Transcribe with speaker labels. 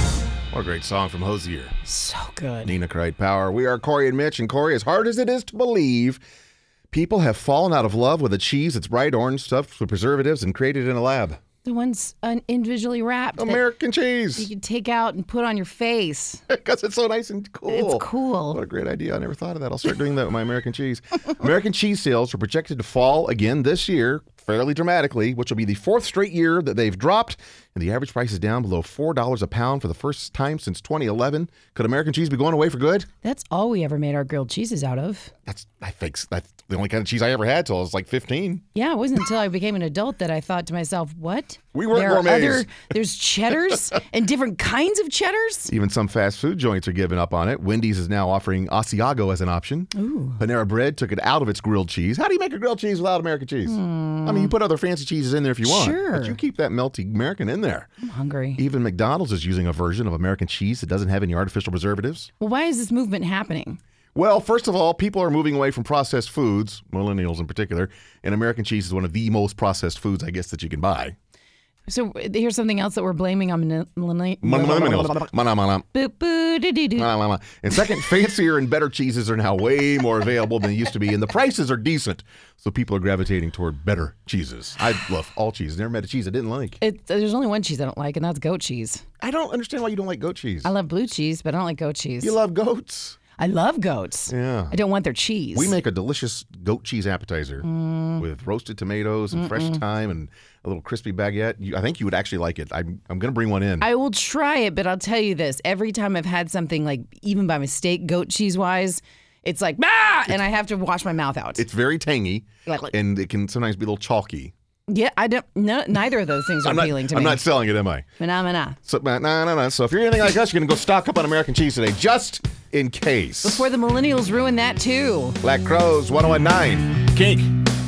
Speaker 1: What a great song from Hosier.
Speaker 2: So good.
Speaker 1: Nina cried power. We are Corey and Mitch, and Corey, as hard as it is to believe, people have fallen out of love with a cheese that's bright orange stuffed with preservatives and created in a lab.
Speaker 2: The ones un- individually wrapped that
Speaker 1: American
Speaker 2: you
Speaker 1: cheese.
Speaker 2: can take out and put on your face.
Speaker 1: Because it's so nice and cool.
Speaker 2: It's cool.
Speaker 1: What a great idea. I never thought of that. I'll start doing that with my American cheese. American cheese sales are projected to fall again this year, fairly dramatically, which will be the fourth straight year that they've dropped. And the average price is down below $4 a pound for the first time since 2011. Could American cheese be going away for good?
Speaker 2: That's all we ever made our grilled cheeses out of.
Speaker 1: That's, I think, that's the only kind of cheese I ever had till I was like 15.
Speaker 2: Yeah, it wasn't until I became an adult that I thought to myself, what?
Speaker 1: We weren't
Speaker 2: there are
Speaker 1: gourmets.
Speaker 2: other There's cheddars and different kinds of cheddars.
Speaker 1: Even some fast food joints are giving up on it. Wendy's is now offering Asiago as an option. Panera Bread took it out of its grilled cheese. How do you make a grilled cheese without American cheese? I mean, you put other fancy cheeses in there if you want,
Speaker 2: Sure.
Speaker 1: but you keep that melty American in there.
Speaker 2: I'm hungry.
Speaker 1: Even McDonald's is using a version of American cheese that doesn't have any artificial preservatives.
Speaker 2: Well, why is this movement happening?
Speaker 1: Well, first of all, people are moving away from processed foods, millennials in particular, and American cheese is one of the most processed foods, I guess, that you can buy.
Speaker 2: So uh, here's something else that we're blaming on millenni-
Speaker 1: Millennials. Mana, mana.
Speaker 2: Boop, boo, doo, doo, doo.
Speaker 1: Blah, blah, blah. And second, fancier and better cheeses are now way more available than they used to be, and the prices are decent. So people are gravitating toward better cheeses. I love all cheese. Never met a cheese I didn't like.
Speaker 2: It, uh, there's only one cheese I don't like, and that's goat cheese.
Speaker 1: I don't understand why you don't like goat cheese.
Speaker 2: I love blue cheese, but I don't like goat cheese.
Speaker 1: you love goats.
Speaker 2: I love goats.
Speaker 1: Yeah.
Speaker 2: I don't want their cheese.
Speaker 1: We make a delicious goat cheese appetizer
Speaker 2: Mm.
Speaker 1: with roasted tomatoes and fresh thyme and a little crispy baguette. You, I think you would actually like it. I'm, I'm going to bring one in.
Speaker 2: I will try it, but I'll tell you this: every time I've had something like, even by mistake, goat cheese wise, it's like ah, and I have to wash my mouth out.
Speaker 1: it's very tangy,
Speaker 2: Like- like-
Speaker 1: and it can sometimes be a little chalky.
Speaker 2: Yeah, I don't. No, neither of those things are
Speaker 1: I'm not,
Speaker 2: appealing to
Speaker 1: I'm
Speaker 2: me.
Speaker 1: not selling it, am I?
Speaker 2: Phenomena.
Speaker 1: So, nah, nah, nah, nah. So if you're anything like us, you're gonna go stock up on American cheese today, just in case.
Speaker 2: Before the millennials ruin that too.
Speaker 1: oh Black Crows 1019. Kink.